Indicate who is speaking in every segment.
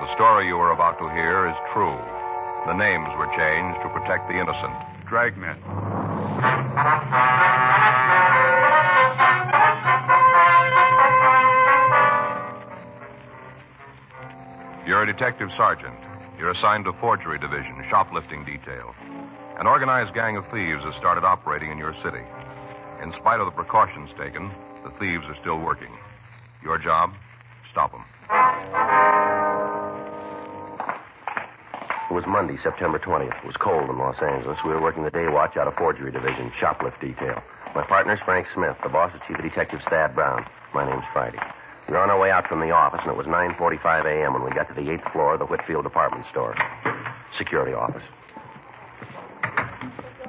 Speaker 1: The story you are about to hear is true. The names were changed to protect the innocent.
Speaker 2: Dragnet.
Speaker 1: You're a detective sergeant. You're assigned to forgery division, shoplifting detail. An organized gang of thieves has started operating in your city. In spite of the precautions taken, the thieves are still working. Your job? Stop them.
Speaker 3: It was Monday, September 20th. It was cold in Los Angeles. We were working the day watch out of forgery division, shoplift detail. My partner's Frank Smith. The boss is Chief of Detectives Thad Brown. My name's Friday. We were on our way out from the office, and it was 9.45 a.m. when we got to the eighth floor of the Whitfield department store. Security office.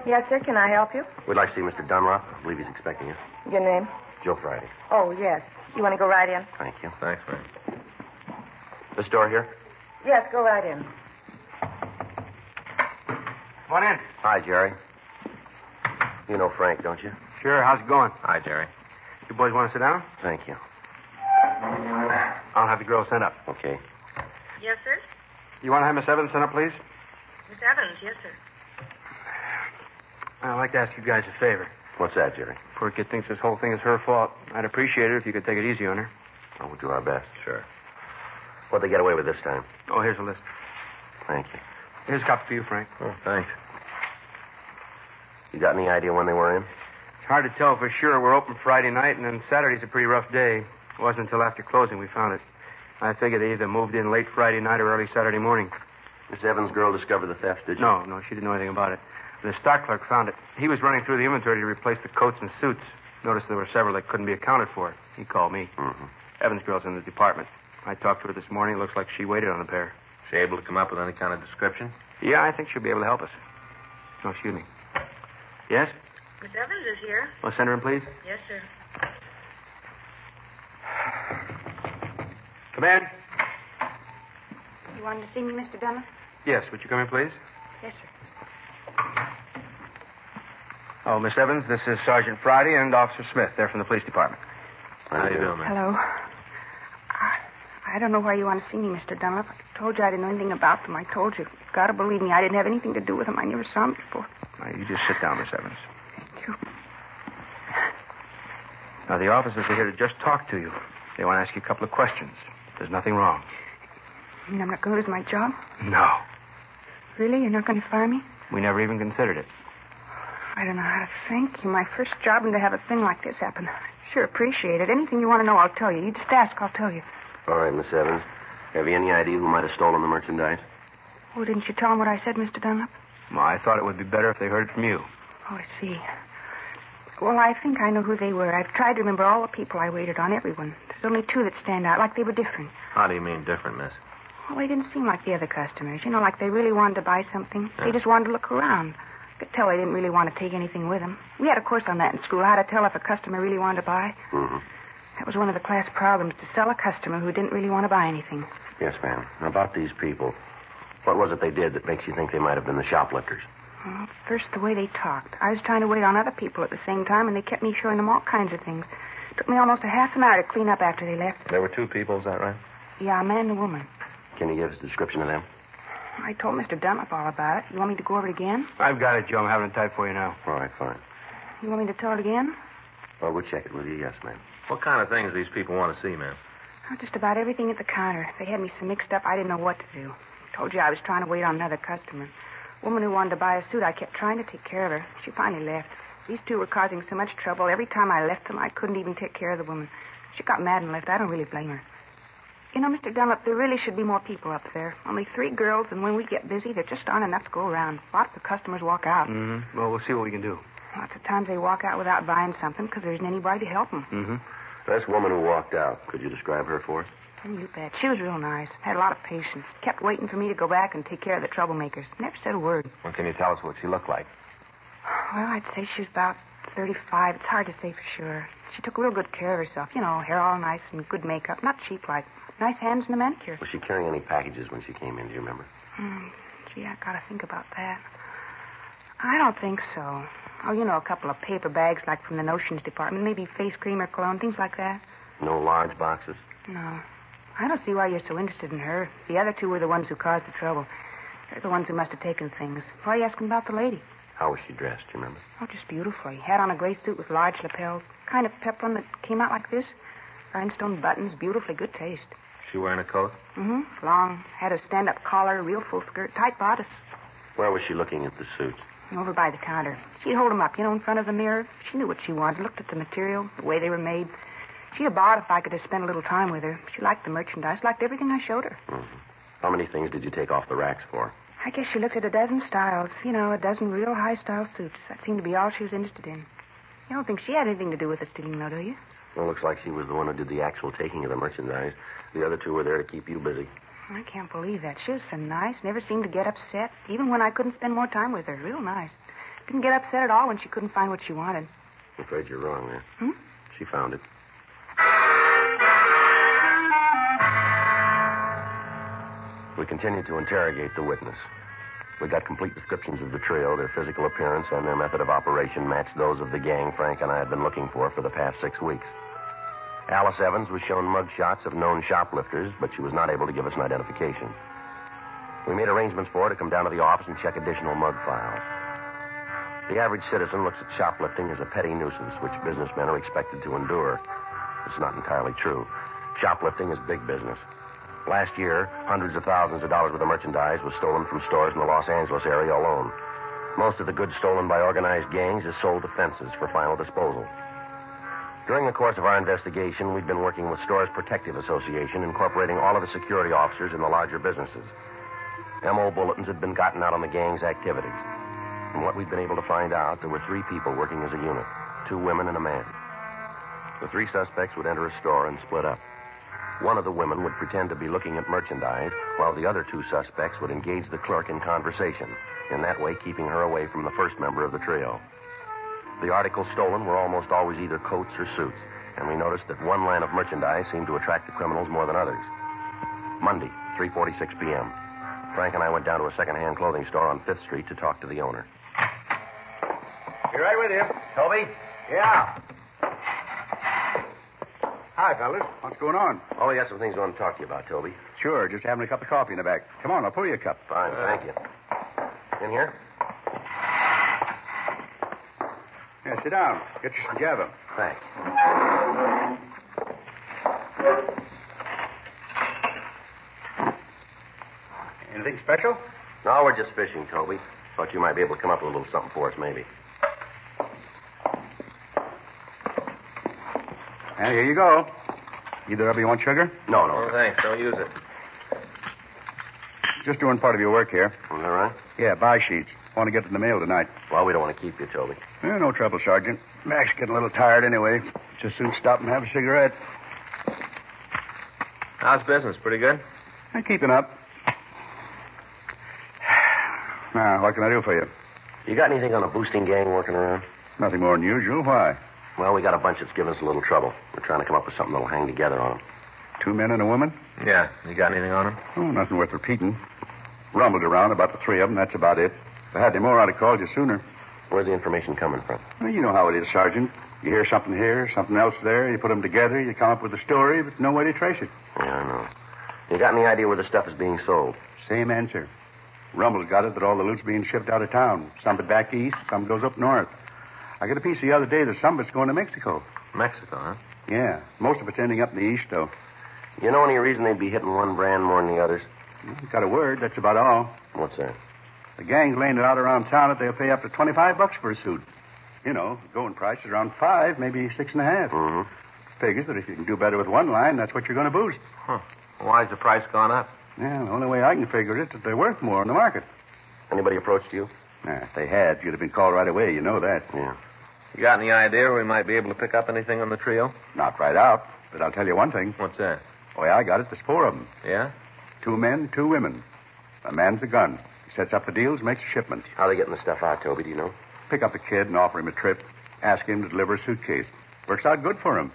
Speaker 4: Yes, sir. Can I help you?
Speaker 3: We'd like to see Mr. Dunlop. I believe he's expecting us.
Speaker 4: Your name?
Speaker 3: Joe Friday.
Speaker 4: Oh, yes. You want to go right in?
Speaker 3: Thank you.
Speaker 1: Thanks, Frank.
Speaker 3: This door here?
Speaker 4: Yes, go right in.
Speaker 2: Come on in.
Speaker 3: Hi, Jerry. You know Frank, don't you?
Speaker 2: Sure, how's it going?
Speaker 3: Hi, Jerry.
Speaker 2: You boys want to sit down?
Speaker 3: Thank you.
Speaker 2: I'll have the girls sent up.
Speaker 3: Okay.
Speaker 4: Yes, sir.
Speaker 2: You want to have Miss Evans sent up, please?
Speaker 4: Miss Evans, yes, sir.
Speaker 2: I'd like to ask you guys a favor.
Speaker 3: What's that, Jerry?
Speaker 2: Poor kid thinks this whole thing is her fault. I'd appreciate it if you could take it easy on her.
Speaker 3: Oh, we'll do our best. Sure. What'd they get away with this time?
Speaker 2: Oh, here's a list.
Speaker 3: Thank you.
Speaker 2: Here's a copy for you, Frank.
Speaker 3: Oh, thanks. You got any idea when they were in?
Speaker 2: It's hard to tell for sure. We're open Friday night, and then Saturday's a pretty rough day. It wasn't until after closing we found it. I figure they either moved in late Friday night or early Saturday morning.
Speaker 3: Miss Evans' girl discovered the theft, did you?
Speaker 2: No, no, she didn't know anything about it. The stock clerk found it. He was running through the inventory to replace the coats and suits. Noticed there were several that couldn't be accounted for. He called me.
Speaker 3: Mhm.
Speaker 2: Evans' girl's in the department. I talked to her this morning. It looks like she waited on the pair.
Speaker 5: She able to come up with any kind of description?
Speaker 2: Yeah, I think she'll be able to help us. Oh, excuse me. Yes?
Speaker 4: Miss Evans is here.
Speaker 2: Well, send her in, please.
Speaker 4: Yes, sir.
Speaker 2: Come in.
Speaker 4: You wanted to see me, Mr. Dunlap?
Speaker 2: Yes, would you come in, please?
Speaker 4: Yes, sir.
Speaker 2: Oh, Miss Evans, this is Sergeant Friday and Officer Smith. They're from the police department.
Speaker 5: How you doing, man?
Speaker 6: Hello. I, I don't know why you want to see me, Mr. Dunlap. I told you I didn't know anything about them. I told you. You've got to believe me. I didn't have anything to do with them. I never saw them before.
Speaker 2: Now, you just sit down, Miss Evans.
Speaker 6: Thank you.
Speaker 2: Now, the officers are here to just talk to you. They want to ask you a couple of questions. There's nothing wrong.
Speaker 6: I mean, I'm not going to lose my job?
Speaker 2: No.
Speaker 6: Really? You're not going to fire me?
Speaker 2: We never even considered it.
Speaker 6: I don't know how to thank you. My first job and to have a thing like this happen. I Sure, appreciate it. Anything you want to know, I'll tell you. You just ask, I'll tell you.
Speaker 3: All right, Miss Evans. Have you any idea who might have stolen the merchandise?
Speaker 6: Oh, didn't you tell them what I said, Mr. Dunlap?
Speaker 2: Well, I thought it would be better if they heard it from you.
Speaker 6: Oh, I see. Well, I think I know who they were. I've tried to remember all the people I waited on, everyone. There's only two that stand out, like they were different.
Speaker 5: How do you mean different, miss?
Speaker 6: Well, they didn't seem like the other customers. You know, like they really wanted to buy something. They just wanted to look around. Could tell they didn't really want to take anything with them. We had a course on that in school, how to tell if a customer really wanted to buy.
Speaker 3: Mm-hmm.
Speaker 6: That was one of the class problems, to sell a customer who didn't really want to buy anything.
Speaker 3: Yes, ma'am. Now, About these people. What was it they did that makes you think they might have been the shoplifters?
Speaker 6: Well, first, the way they talked. I was trying to wait on other people at the same time, and they kept me showing them all kinds of things. Took me almost a half an hour to clean up after they left.
Speaker 5: There were two people, is that right?
Speaker 6: Yeah, a man and a woman.
Speaker 3: Can you give us a description of them?
Speaker 6: I told Mr. Dunlap all about it. You want me to go over it again?
Speaker 2: I've got it, Joe. I'm having it typed for you now.
Speaker 3: All right, fine.
Speaker 6: You want me to tell it again?
Speaker 3: Well, we'll check it with you, yes, ma'am.
Speaker 5: What kind of things these people want to see, ma'am?
Speaker 6: Oh, just about everything at the counter. They had me so mixed up, I didn't know what to do. Told you I was trying to wait on another customer. Woman who wanted to buy a suit, I kept trying to take care of her. She finally left. These two were causing so much trouble. Every time I left them, I couldn't even take care of the woman. She got mad and left. I don't really blame her. You know, Mr. Dunlap, there really should be more people up there. Only three girls, and when we get busy, there just aren't enough to go around. Lots of customers walk out.
Speaker 2: Mm-hmm. Well, we'll see what we can do.
Speaker 6: Lots of times they walk out without buying something because there isn't anybody to help them.
Speaker 2: Mm-hmm.
Speaker 3: This woman who walked out, could you describe her for us?
Speaker 6: You bet. She was real nice. Had a lot of patience. Kept waiting for me to go back and take care of the troublemakers. Never said a word.
Speaker 5: Well, can you tell us what she looked like?
Speaker 6: Well, I'd say she was about 35. It's hard to say for sure. She took real good care of herself. You know, hair all nice and good makeup. Not cheap like. Nice hands and a manicure.
Speaker 3: Was she carrying any packages when she came in? Do you remember?
Speaker 6: Hmm. Gee, I gotta think about that. I don't think so. Oh, you know, a couple of paper bags like from the notions department. Maybe face cream or cologne, things like that.
Speaker 3: No large boxes.
Speaker 6: No. I don't see why you're so interested in her. The other two were the ones who caused the trouble. They're the ones who must have taken things. Why are you asking about the lady?
Speaker 3: How was she dressed, do you remember?
Speaker 6: Oh, just beautifully. Had on a gray suit with large lapels. Kind of peplum that came out like this. Rhinestone buttons, beautifully good taste.
Speaker 2: She wearing a coat?
Speaker 6: Mm-hmm. Long. Had a stand-up collar, real full skirt, tight bodice.
Speaker 3: Where was she looking at the suits?
Speaker 6: Over by the counter. She'd hold 'em up, you know, in front of the mirror. She knew what she wanted, looked at the material, the way they were made. She'd have bought if I could have spent a little time with her. She liked the merchandise, liked everything I showed her.
Speaker 3: How many things did you take off the racks for?
Speaker 6: I guess she looked at a dozen styles, you know, a dozen real high-style suits. That seemed to be all she was interested in. You don't think she had anything to do with the stealing, though, do you?
Speaker 3: Well, looks like she was the one who did the actual taking of the merchandise. The other two were there to keep you busy.
Speaker 6: I can't believe that. She was so nice, never seemed to get upset, even when I couldn't spend more time with her. Real nice. Didn't get upset at all when she couldn't find what she wanted.
Speaker 3: I'm afraid you're wrong there. Hmm? She found it. We continued to interrogate the witness. We got complete descriptions of the trio, their physical appearance, and their method of operation matched those of the gang Frank and I had been looking for for the past six weeks. Alice Evans was shown mugshots of known shoplifters, but she was not able to give us an identification. We made arrangements for her to come down to the office and check additional mug files. The average citizen looks at shoplifting as a petty nuisance which businessmen are expected to endure. It's not entirely true. Shoplifting is big business. Last year, hundreds of thousands of dollars worth of merchandise was stolen from stores in the Los Angeles area alone. Most of the goods stolen by organized gangs is sold to fences for final disposal. During the course of our investigation, we've been working with Stores Protective Association, incorporating all of the security officers in the larger businesses. MO bulletins had been gotten out on the gang's activities. From what we've been able to find out, there were three people working as a unit two women and a man. The three suspects would enter a store and split up. One of the women would pretend to be looking at merchandise, while the other two suspects would engage the clerk in conversation, in that way keeping her away from the first member of the trio. The articles stolen were almost always either coats or suits, and we noticed that one line of merchandise seemed to attract the criminals more than others. Monday, 3:46 p.m. Frank and I went down to a second-hand clothing store on Fifth Street to talk to the owner.
Speaker 7: Be right with you.
Speaker 3: Toby,
Speaker 7: Yeah. Hi, fellas. What's going on?
Speaker 3: oh, we got some things I want to talk to you about, Toby.
Speaker 7: Sure, just having a cup of coffee in the back. Come on, I'll pour you a cup.
Speaker 3: Fine, thank you. In here?
Speaker 7: Yeah, sit down. Get you some gavel.
Speaker 3: Thanks.
Speaker 7: Anything special?
Speaker 3: No, we're just fishing, Toby. Thought you might be able to come up with a little something for us, maybe.
Speaker 7: Well, here you go. Either of you want sugar?
Speaker 3: No,
Speaker 2: Oh,
Speaker 3: no.
Speaker 2: thanks. Don't use it.
Speaker 7: Just doing part of your work here.
Speaker 3: Is that right?
Speaker 7: Yeah, buy sheets. Want to get in the mail tonight.
Speaker 3: Well, we don't want to keep you, Toby.
Speaker 7: Yeah, no trouble, Sergeant. Mac's getting a little tired anyway. Just soon stop and have a cigarette.
Speaker 2: How's business? Pretty good?
Speaker 7: I'm keeping up. Now, what can I do for you?
Speaker 3: You got anything on a boosting gang working around?
Speaker 7: Nothing more than usual. Why?
Speaker 3: Well, we got a bunch that's giving us a little trouble. We're trying to come up with something that'll hang together on them.
Speaker 7: Two men and a woman?
Speaker 2: Yeah. You got anything on him?
Speaker 7: Oh, nothing worth repeating. Rumbled around about the three of them. That's about it. If I had any more, I'd have called you sooner.
Speaker 3: Where's the information coming from?
Speaker 7: Well, you know how it is, Sergeant. You hear something here, something else there. You put them together. You come up with a story, but no way to trace it.
Speaker 3: Yeah, I know. You got any idea where the stuff is being sold?
Speaker 7: Same answer. Rumble's got it that all the loot's being shipped out of town. Some to back east, some goes up north. I got a piece the other day that some of it's going to Mexico.
Speaker 2: Mexico, huh?
Speaker 7: Yeah, most of it's ending up in the east, though.
Speaker 3: You know any reason they'd be hitting one brand more than the others?
Speaker 7: Got a word, that's about all.
Speaker 3: What's that?
Speaker 7: The gang's laying it out around town that they'll pay up to 25 bucks for a suit. You know, going price is around five, maybe six and a half.
Speaker 3: Mm-hmm.
Speaker 7: Figures that if you can do better with one line, that's what you're going to boost.
Speaker 2: Why's the price gone up?
Speaker 7: Yeah, the only way I can figure it is that they're worth more on the market.
Speaker 3: Anybody approached you?
Speaker 7: Now, if they had, you'd have been called right away. You know that.
Speaker 3: Yeah.
Speaker 2: You got any idea where we might be able to pick up anything on the trio?
Speaker 7: Not right out, but I'll tell you one thing.
Speaker 2: What's that?
Speaker 7: The way I got it, there's four of them.
Speaker 2: Yeah?
Speaker 7: Two men, two women. A man's a gun. He sets up the deals, makes a shipment.
Speaker 3: How they getting the stuff out, Toby? Do you know?
Speaker 7: Pick up a kid and offer him a trip. Ask him to deliver a suitcase. Works out good for him.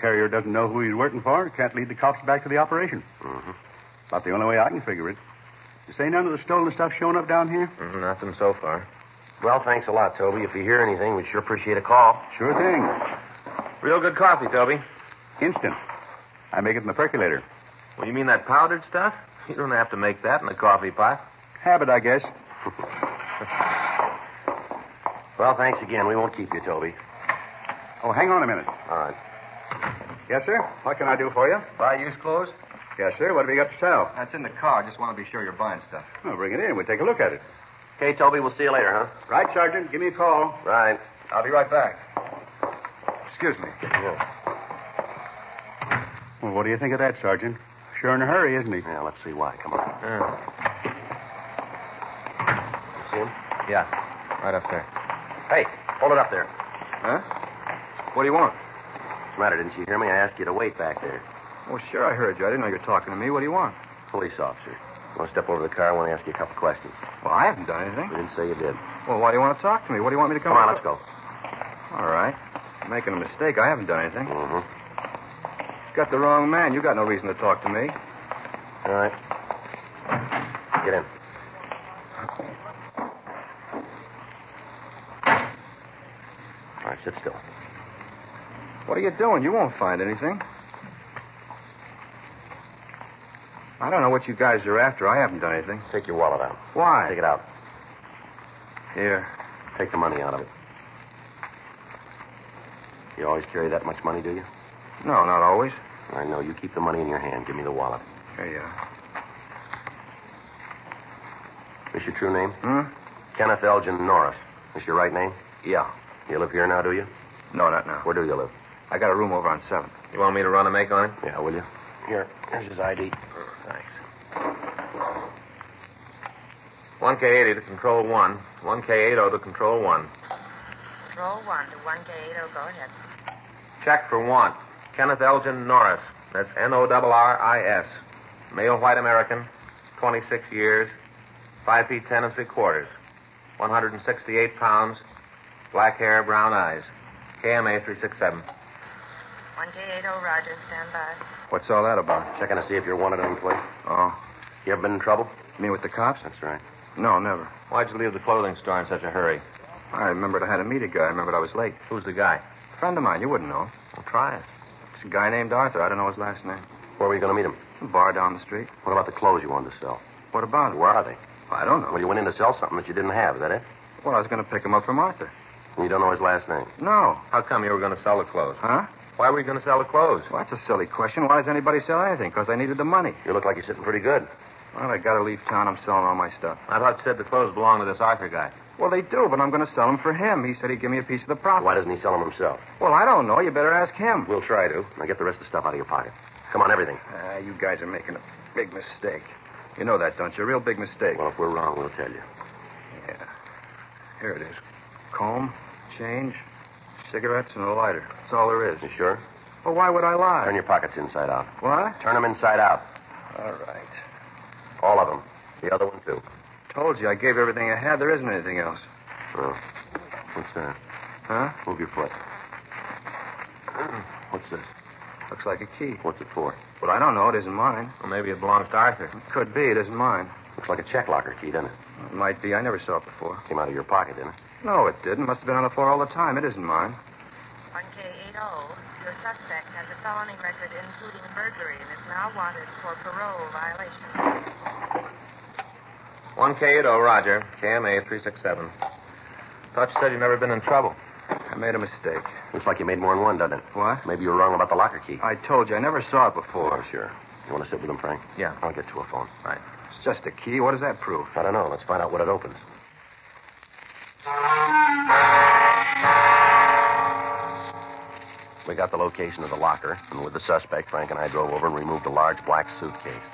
Speaker 7: Carrier doesn't know who he's working for. Can't lead the cops back to the operation.
Speaker 3: Mhm.
Speaker 7: About the only way I can figure it. You say none of the stolen stuff showing up down here?
Speaker 2: Mm, nothing so far.
Speaker 3: Well, thanks a lot, Toby. If you hear anything, we'd sure appreciate a call.
Speaker 7: Sure thing.
Speaker 2: Real good coffee, Toby.
Speaker 7: Instant. I make it in the percolator.
Speaker 2: Well, you mean that powdered stuff? You don't have to make that in a coffee pot.
Speaker 8: Habit, I guess.
Speaker 3: Well, thanks again. We won't keep you, Toby.
Speaker 8: Oh, hang on a minute.
Speaker 3: All right.
Speaker 8: Yes, sir? What can I do for you?
Speaker 7: Buy used clothes?
Speaker 8: Yes, sir. What have you got to sell?
Speaker 7: That's in the car. Just want to be sure you're buying stuff.
Speaker 8: Well, bring it in. We'll take a look at it.
Speaker 3: Okay, Toby, we'll see you later, huh?
Speaker 8: Right, Sergeant. Give me a call.
Speaker 3: Right.
Speaker 7: I'll be right back. Excuse me.
Speaker 8: Well, what do you think of that, Sergeant? Sure in a hurry, isn't he?
Speaker 3: Yeah, let's see why. Come on. You see him?
Speaker 7: Yeah, right up there.
Speaker 3: Hey, hold it up there.
Speaker 7: Huh? What do you want?
Speaker 3: What's the matter? Didn't you hear me? I asked you to wait back there.
Speaker 7: Oh, sure, I heard you. I didn't know you were talking to me. What do you want?
Speaker 3: Police officer. You want to step over to the car? I want to ask you a couple questions.
Speaker 7: Well, I haven't done anything.
Speaker 3: We didn't say you did.
Speaker 7: Well, why do you want to talk to me? What do you want me to come
Speaker 3: Come on,
Speaker 7: up-
Speaker 3: let's go.
Speaker 7: All right. You're making a mistake. I haven't done anything.
Speaker 3: Mm-hmm.
Speaker 7: Got the wrong man. You got no reason to talk to me.
Speaker 3: All right. Get in. All right, sit still.
Speaker 7: What are you doing? You won't find anything. I don't know what you guys are after. I haven't done anything.
Speaker 3: Take your wallet out.
Speaker 7: Why?
Speaker 3: Take it out.
Speaker 7: Here.
Speaker 3: Take the money out of it. You always carry that much money, do you?
Speaker 7: No, not always.
Speaker 3: I know. You keep the money in your hand. Give me the wallet.
Speaker 7: Here you are.
Speaker 3: Is your true name?
Speaker 7: Hmm?
Speaker 3: Kenneth Elgin Norris. Is your right name?
Speaker 7: Yeah.
Speaker 3: You live here now, do you?
Speaker 7: No, not now.
Speaker 3: Where do you live?
Speaker 7: I got a room over on 7th.
Speaker 2: You want me to run a make on him?
Speaker 3: Yeah, will you? Here. Here's his ID.
Speaker 2: Thanks. 1K80 to control 1. 1K80 to control 1.
Speaker 4: Control 1 to 1K80, oh. go ahead.
Speaker 2: Check for want. Kenneth Elgin Norris. That's N O R R I S. Male white American, 26 years, 5 feet 10 and 3 quarters, 168 pounds, black hair, brown eyes. KMA 367.
Speaker 4: 1K80, oh, roger, stand by.
Speaker 7: What's all that about?
Speaker 3: Checking to see if you're wanted on place.
Speaker 7: Oh,
Speaker 3: You ever been in trouble?
Speaker 7: me with the cops?
Speaker 3: That's right.
Speaker 7: No, never.
Speaker 2: Why'd you leave the clothing store in such a hurry?
Speaker 7: I remembered I had to meet a guy. I remembered I was late.
Speaker 2: Who's the guy?
Speaker 7: friend of mine. You wouldn't know.
Speaker 2: Well, try it.
Speaker 7: It's a guy named Arthur. I don't know his last name.
Speaker 3: Where were you going to meet him?
Speaker 7: A bar down the street.
Speaker 3: What about the clothes you wanted to sell?
Speaker 7: What about it?
Speaker 3: Where are they?
Speaker 7: I don't know.
Speaker 3: Well, you went in to sell something that you didn't have. Is that it?
Speaker 7: Well, I was going to pick him up from Arthur.
Speaker 3: And you don't know his last name.
Speaker 7: No.
Speaker 2: How come you were going to sell the clothes?
Speaker 7: Huh?
Speaker 2: Why were you going to sell the clothes?
Speaker 7: Well, that's a silly question. Why does anybody sell anything? Because I needed the money.
Speaker 3: You look like you're sitting pretty good.
Speaker 7: Well, I got to leave town. I'm selling all my stuff.
Speaker 2: I thought you said the clothes belonged to this Arthur guy.
Speaker 7: Well, they do, but I'm going to sell them for him. He said he'd give me a piece of the profit.
Speaker 3: Why doesn't he sell them himself?
Speaker 7: Well, I don't know. You better ask him.
Speaker 3: We'll try to. Now get the rest of the stuff out of your pocket. Come on, everything.
Speaker 7: Ah, you guys are making a big mistake. You know that, don't you? A real big mistake.
Speaker 3: Well, if we're wrong, we'll tell you.
Speaker 7: yeah. Here it is. Comb, change, cigarettes, and a lighter. That's all there is.
Speaker 3: You sure?
Speaker 7: Well, why would I lie?
Speaker 3: Turn your pockets inside out.
Speaker 7: What?
Speaker 3: Turn them inside out.
Speaker 7: All right.
Speaker 3: All of them. The other one, too.
Speaker 7: Told you I gave everything I had. There isn't anything else.
Speaker 3: Oh. What's that?
Speaker 7: Huh?
Speaker 3: Move your foot. What's this?
Speaker 7: Looks like a key.
Speaker 3: What's it for?
Speaker 7: But I don't know. It isn't mine.
Speaker 2: Well, maybe it belongs to Arthur.
Speaker 7: It could be. It isn't mine.
Speaker 3: Looks like a check locker key, doesn't it?
Speaker 7: It might be. I never saw it before.
Speaker 3: Came out of your pocket, didn't it?
Speaker 7: No, it didn't. Must have been on the floor all the time. It isn't mine.
Speaker 4: 1K80, oh. your suspect has a felony record including burglary and is now wanted for parole violation.
Speaker 2: 1K80, Roger. KMA 367. Thought you said you'd never been in trouble.
Speaker 7: I made a mistake.
Speaker 3: Looks like you made more than one, doesn't it?
Speaker 7: What?
Speaker 3: Maybe you were wrong about the locker key.
Speaker 7: I told you. I never saw it
Speaker 3: Oh,
Speaker 7: before.
Speaker 3: I'm sure. You want to sit with him, Frank?
Speaker 2: Yeah.
Speaker 3: I'll get to a phone.
Speaker 2: Right.
Speaker 7: It's just a key. What does that prove?
Speaker 3: I don't know. Let's find out what it opens. We got the location of the locker, and with the suspect, Frank and I drove over and removed a large black suitcase.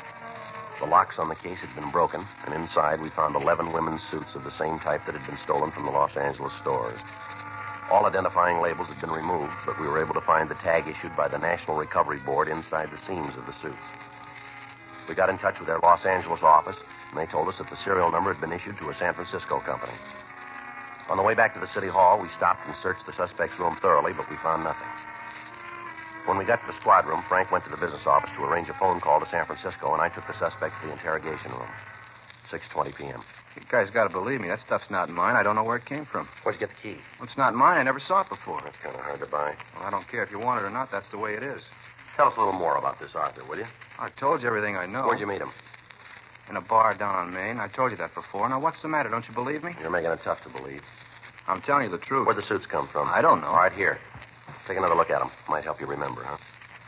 Speaker 3: The locks on the case had been broken, and inside we found 11 women's suits of the same type that had been stolen from the Los Angeles stores. All identifying labels had been removed, but we were able to find the tag issued by the National Recovery Board inside the seams of the suits. We got in touch with their Los Angeles office, and they told us that the serial number had been issued to a San Francisco company. On the way back to the city hall, we stopped and searched the suspect's room thoroughly, but we found nothing. When we got to the squad room, Frank went to the business office to arrange a phone call to San Francisco, and I took the suspect to the interrogation room. 6.20 p.m.
Speaker 7: You guys got to believe me. That stuff's not mine. I don't know where it came from.
Speaker 3: Where'd you get the key?
Speaker 7: It's not mine. I never saw it before.
Speaker 3: That's kind of hard to buy.
Speaker 7: Well, I don't care if you want it or not. That's the way it is.
Speaker 3: Tell us a little more about this Arthur, will you?
Speaker 7: I told you everything I know.
Speaker 3: Where'd you meet him?
Speaker 7: In a bar down on Main. I told you that before. Now, what's the matter? Don't you believe me?
Speaker 3: You're making it tough to believe.
Speaker 7: I'm telling you the truth.
Speaker 3: Where'd the suits come from?
Speaker 7: I don't know.
Speaker 3: All right, here. Take another look at them. Might help you remember, huh?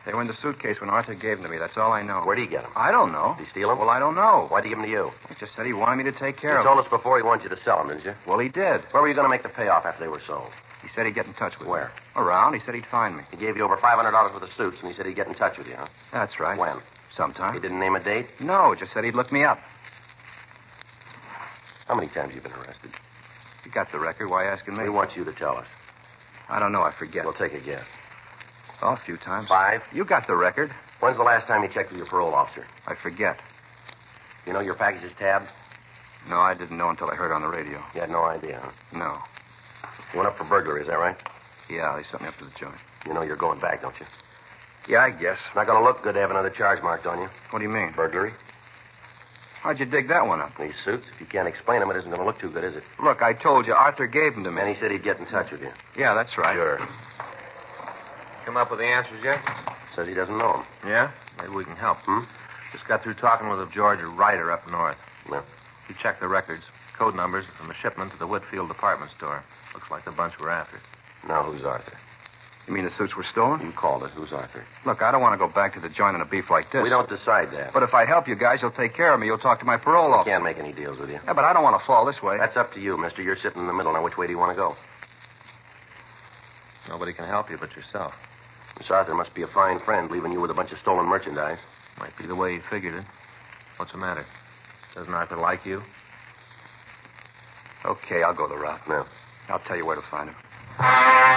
Speaker 7: They were in the suitcase when Arthur gave them to me. That's all I know.
Speaker 3: Where'd he get them?
Speaker 7: I don't know.
Speaker 3: Did he steal them?
Speaker 7: Well, I don't know.
Speaker 3: Why'd he give them to you?
Speaker 7: He just said he wanted me to take care
Speaker 3: you
Speaker 7: of
Speaker 3: told
Speaker 7: them.
Speaker 3: us before he wanted you to sell them, didn't you?
Speaker 7: Well, he did.
Speaker 3: Where were you going to make the payoff after they were sold?
Speaker 7: He said he'd get in touch with
Speaker 3: Where?
Speaker 7: me. Around. He said he'd find me.
Speaker 3: He gave you over $500 worth of suits, and he said he'd get in touch with you, huh?
Speaker 7: That's right.
Speaker 3: When?
Speaker 7: Sometime.
Speaker 3: He didn't name a date?
Speaker 7: No, just said he'd look me up.
Speaker 3: How many times have you been arrested?
Speaker 7: You got the record. Why asking me?
Speaker 3: We want you to tell us.
Speaker 7: I don't know. I forget.
Speaker 3: We'll take a guess.
Speaker 7: Oh, a few times.
Speaker 3: Five?
Speaker 7: You got the record.
Speaker 3: When's the last time you checked with your parole officer?
Speaker 7: I forget.
Speaker 3: You know your package's tabbed?
Speaker 7: No, I didn't know until I heard on the radio.
Speaker 3: You had no idea, huh?
Speaker 7: No.
Speaker 3: You went up for burglary, is that right?
Speaker 7: Yeah, they sent me up to the joint.
Speaker 3: You know you're going back, don't you?
Speaker 7: Yeah, I guess.
Speaker 3: It's not going to look good to have another charge marked on you.
Speaker 7: What do you mean?
Speaker 3: Burglary?
Speaker 7: How'd you dig that one up?
Speaker 3: These suits, if you can't explain them, it isn't going to look too good, is it?
Speaker 7: Look, I told you, Arthur gave them to me.
Speaker 3: And he said he'd get in touch with you.
Speaker 7: Yeah, that's right.
Speaker 3: Sure.
Speaker 2: Come up with the answers yet?
Speaker 3: Says he doesn't know him.
Speaker 2: Yeah? Maybe we can help.
Speaker 3: Hmm?
Speaker 2: Just got through talking with a George Ryder up north.
Speaker 3: Well,
Speaker 2: He checked the records, code numbers from the shipment to the Whitfield department store. Looks like the bunch we're after.
Speaker 3: now who's Arthur?
Speaker 7: You mean the suits were stolen?
Speaker 3: You called it. Who's Arthur?
Speaker 7: Look, I don't want to go back to the joint on a beef like this.
Speaker 3: We don't decide that.
Speaker 7: But if I help you guys, you'll take care of me. You'll talk to my parole
Speaker 3: I
Speaker 7: officer.
Speaker 3: can't make any deals with you.
Speaker 7: Yeah, but I don't want to fall this way.
Speaker 3: That's up to you, mister. You're sitting in the middle. Now, which way do you want to go?
Speaker 2: Nobody can help you but yourself.
Speaker 3: Miss Arthur must be a fine friend, leaving you with a bunch of stolen merchandise.
Speaker 2: Might be the way he figured it. What's the matter? Doesn't Arthur like you?
Speaker 7: Okay, I'll go the route.
Speaker 3: No.
Speaker 7: I'll tell you where to find him.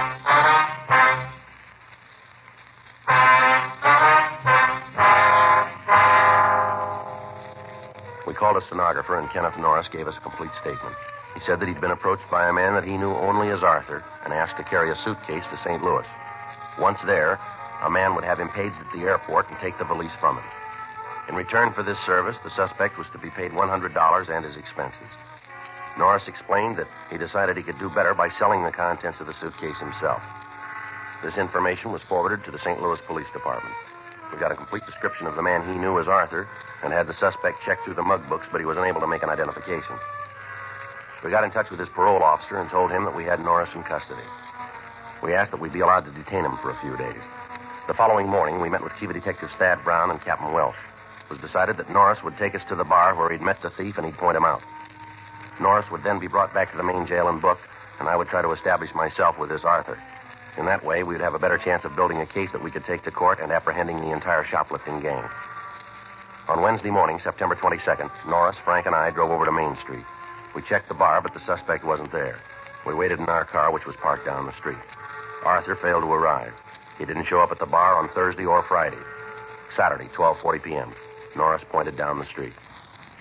Speaker 3: We called a stenographer, and Kenneth Norris gave us a complete statement. He said that he'd been approached by a man that he knew only as Arthur and asked to carry a suitcase to St. Louis. Once there, a man would have him paged at the airport and take the valise from him. In return for this service, the suspect was to be paid $100 and his expenses. Norris explained that he decided he could do better by selling the contents of the suitcase himself. This information was forwarded to the St. Louis Police Department. We got a complete description of the man he knew as Arthur and had the suspect checked through the mug books, but he was unable to make an identification. We got in touch with his parole officer and told him that we had Norris in custody. We asked that we be allowed to detain him for a few days. The following morning, we met with Chief of Detectives Thad Brown and Captain Welsh. It was decided that Norris would take us to the bar where he'd met the thief and he'd point him out. Norris would then be brought back to the main jail and booked, and I would try to establish myself with this Arthur. In that way, we'd have a better chance of building a case that we could take to court and apprehending the entire shoplifting gang. On Wednesday morning, September 22nd, Norris, Frank, and I drove over to Main Street. We checked the bar, but the suspect wasn't there. We waited in our car, which was parked down the street. Arthur failed to arrive. He didn't show up at the bar on Thursday or Friday. Saturday, 12:40 p.m. Norris pointed down the street.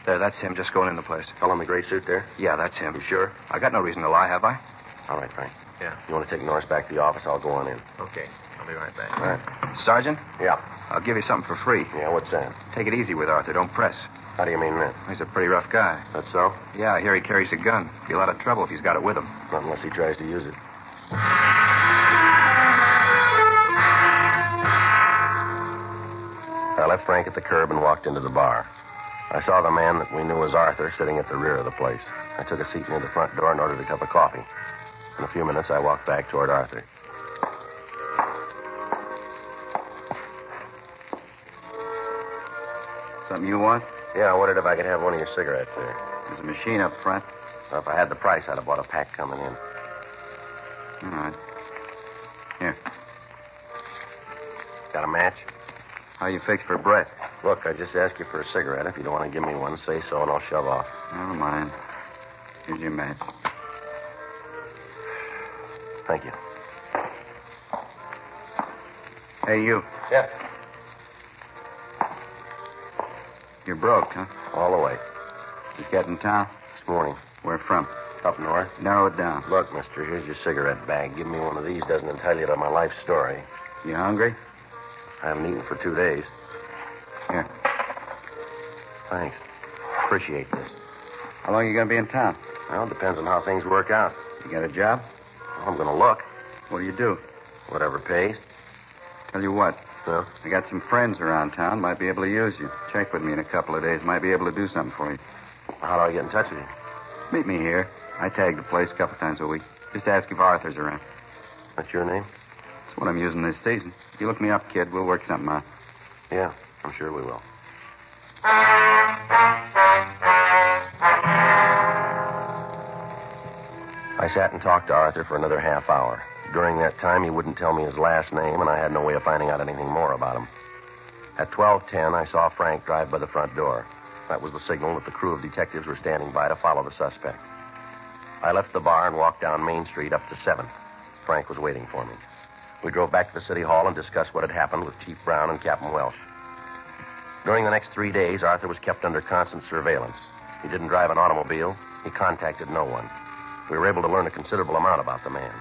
Speaker 7: There, that's him just going in the place.
Speaker 3: Fellow in the gray suit there?
Speaker 7: Yeah, that's him.
Speaker 3: You sure?
Speaker 7: I got no reason to lie, have I?
Speaker 3: All right, Frank.
Speaker 2: Yeah.
Speaker 3: You want to take Norris back to the office? I'll go on in.
Speaker 2: Okay. I'll be right back.
Speaker 3: All right.
Speaker 7: Sergeant,
Speaker 3: Yeah.
Speaker 7: I'll give you something for free.
Speaker 3: Yeah, what's that?
Speaker 7: Take it easy with Arthur. Don't press.
Speaker 3: How do you mean that?
Speaker 7: He's a pretty rough guy.
Speaker 3: That's so?
Speaker 7: Yeah, I hear he carries a gun. Be a lot of trouble if he's got it with him.
Speaker 3: Not unless he tries to use it. I left Frank at the curb and walked into the bar. I saw the man that we knew as Arthur sitting at the rear of the place. I took a seat near the front door and ordered a cup of coffee. In a few minutes, I walked back toward Arthur.
Speaker 7: Something you want?
Speaker 3: Yeah, I wondered if I could have one of your cigarettes there.
Speaker 7: There's a machine up front.
Speaker 3: Well, if I had the price, I'd have bought a pack coming in.
Speaker 7: All right. Here.
Speaker 3: Got a match?
Speaker 7: How you fixed for Brett?
Speaker 3: Look, I just asked you for a cigarette. If you don't want to give me one, say so, and I'll shove off.
Speaker 7: Never mind. Here's your match.
Speaker 3: Thank you.
Speaker 7: Hey, you.
Speaker 3: Yeah.
Speaker 7: You're broke, huh?
Speaker 3: All the way.
Speaker 7: Just get in town?
Speaker 3: This morning.
Speaker 7: Where from?
Speaker 3: Up north.
Speaker 7: Narrow it down.
Speaker 3: Look, mister, here's your cigarette bag. Give me one of these. Doesn't it tell you about my life story.
Speaker 7: You hungry?
Speaker 3: I haven't eaten for two days.
Speaker 7: Here.
Speaker 3: Thanks. Appreciate this.
Speaker 7: How long you gonna be in town?
Speaker 3: Well, it depends on how things work out.
Speaker 7: You got a job?
Speaker 3: I'm going to look.
Speaker 7: What do you do?
Speaker 3: Whatever pays.
Speaker 7: Tell you what,
Speaker 2: No?
Speaker 7: I got some friends around town. Might be able to use you. Check with me in a couple of days. Might be able to do something for you.
Speaker 3: How do I get in touch with you?
Speaker 7: Meet me here. I tag the place a couple times a week. Just ask if Arthur's around.
Speaker 3: What's your name?
Speaker 7: That's what I'm using this season. You look me up, kid. We'll work something out.
Speaker 3: Yeah, I'm sure we will. I sat and talked to Arthur for another half hour. During that time, he wouldn't tell me his last name, and I had no way of finding out anything more about him. At 12:10, I saw Frank drive by the front door. That was the signal that the crew of detectives were standing by to follow the suspect. I left the bar and walked down Main Street up to 7th. Frank was waiting for me. We drove back to the city hall and discussed what had happened with Chief Brown and Captain Welsh. During the next three days, Arthur was kept under constant surveillance. He didn't drive an automobile. He contacted no one. We were able to learn a considerable amount about the man.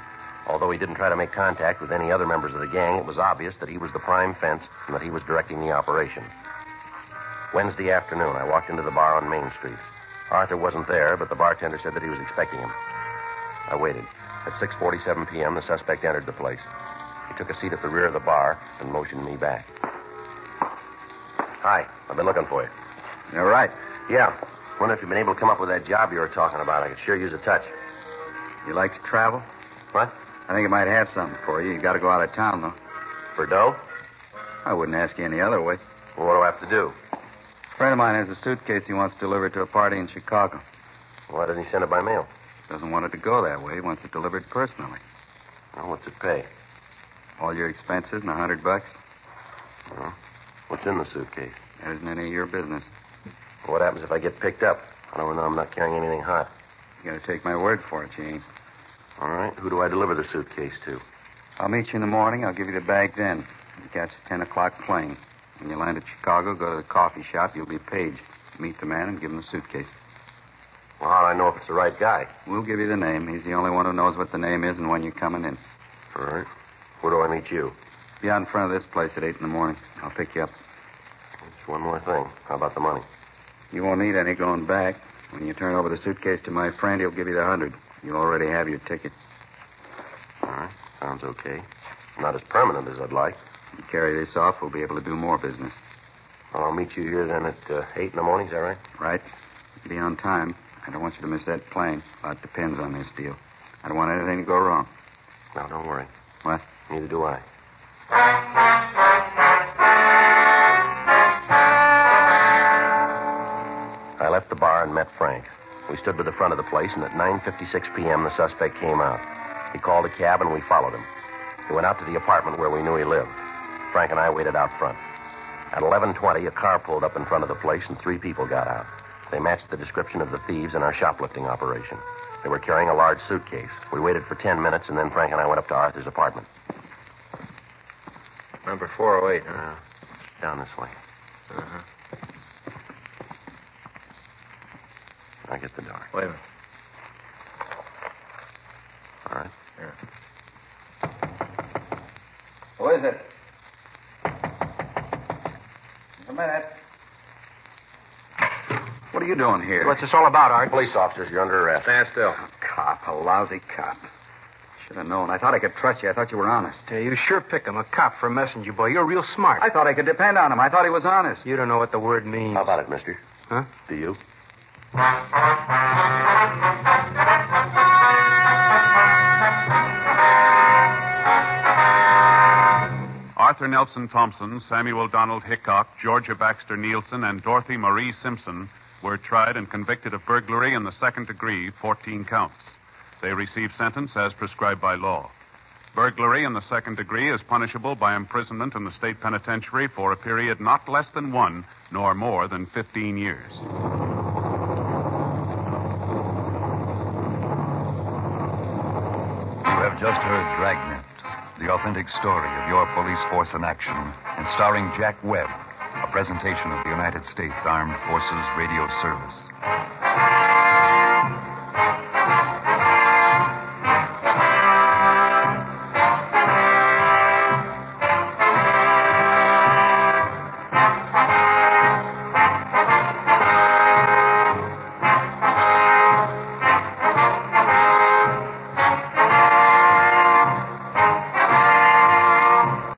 Speaker 3: Although he didn't try to make contact with any other members of the gang, it was obvious that he was the prime fence and that he was directing the operation. Wednesday afternoon, I walked into the bar on Main Street. Arthur wasn't there, but the bartender said that he was expecting him. I waited. At 6:47 p.m., the suspect entered the place. He took a seat at the rear of the bar and motioned me back. Hi, I've been looking for you.
Speaker 7: You're right.
Speaker 3: Yeah. Wonder if you've been able to come up with that job you were talking about. I could sure use a touch.
Speaker 7: You like to travel?
Speaker 3: What?
Speaker 7: I think I might have something for you. You got to go out of town, though.
Speaker 3: For dough?
Speaker 7: I wouldn't ask you any other way.
Speaker 3: Well, what do I have to do?
Speaker 7: A friend of mine has a suitcase he wants delivered to a party in Chicago.
Speaker 3: Why doesn't he send it by mail?
Speaker 7: Doesn't want it to go that way. He wants it delivered personally.
Speaker 3: Well, what's it pay?
Speaker 7: All your expenses and a hundred bucks.
Speaker 3: Well, what's in the suitcase?
Speaker 7: That isn't any of your business.
Speaker 3: Well, what happens if I get picked up? I don't know. I'm not carrying anything hot.
Speaker 7: You gotta take my word for it, you ain't.
Speaker 3: All right. Who do I deliver the suitcase to?
Speaker 7: I'll meet you in the morning. I'll give you the bag then. You catch the 10 o'clock plane. When you land at Chicago, go to the coffee shop. You'll be paged. Meet the man and give him the suitcase.
Speaker 3: Well, how do I know if it's the right guy?
Speaker 7: We'll give you the name. He's the only one who knows what the name is and when you're coming in.
Speaker 3: All right. Where do I meet you?
Speaker 7: Be out in front of this place at 8 in the morning. I'll pick you up.
Speaker 3: Just one more thing. How about the money?
Speaker 7: You won't need any going back. When you turn over the suitcase to my friend, he'll give you the hundred. You already have your ticket.
Speaker 3: All right. Sounds okay. Not as permanent as I'd like.
Speaker 7: You carry this off, we'll be able to do more business.
Speaker 3: Well, I'll meet you here then at uh, 8 in the morning. Is that right?
Speaker 7: Right. Be on time. I don't want you to miss that plane. A lot depends on this deal. I don't want anything to go wrong.
Speaker 3: Now, don't worry.
Speaker 7: What?
Speaker 3: Neither do I. I left the bar and met Frank. We stood by the front of the place, and at 9.56 p.m., the suspect came out. He called a cab, and we followed him. He went out to the apartment where we knew he lived. Frank and I waited out front. At 11.20, a car pulled up in front of the place, and three people got out. They matched the description of the thieves in our shoplifting operation. They were carrying a large suitcase. We waited for 10 minutes, and then Frank and I went up to Arthur's apartment.
Speaker 2: Number 408, huh?
Speaker 3: Uh, down this way.
Speaker 2: Uh-huh.
Speaker 3: I get the door.
Speaker 2: Wait a minute.
Speaker 3: All right.
Speaker 2: Yeah.
Speaker 7: Who is it? A minute. What are you doing here?
Speaker 9: What's this all about, Art?
Speaker 3: Police officers, you're under arrest.
Speaker 2: Stand still.
Speaker 7: Cop, a lousy cop. Should have known. I thought I could trust you. I thought you were honest.
Speaker 9: Yeah, you sure pick him, a cop for a messenger boy. You're real smart.
Speaker 7: I thought I could depend on him. I thought he was honest.
Speaker 9: You don't know what the word means.
Speaker 3: How about it, mister?
Speaker 9: Huh?
Speaker 3: Do you?
Speaker 10: Arthur Nelson Thompson, Samuel Donald Hickok, Georgia Baxter Nielsen, and Dorothy Marie Simpson were tried and convicted of burglary in the second degree, 14 counts. They received sentence as prescribed by law. Burglary in the second degree is punishable by imprisonment in the state penitentiary for a period not less than one nor more than 15 years.
Speaker 11: You have just heard Dragnet, the authentic story of your police force in action, and starring Jack Webb, a presentation of the United States Armed Forces Radio Service.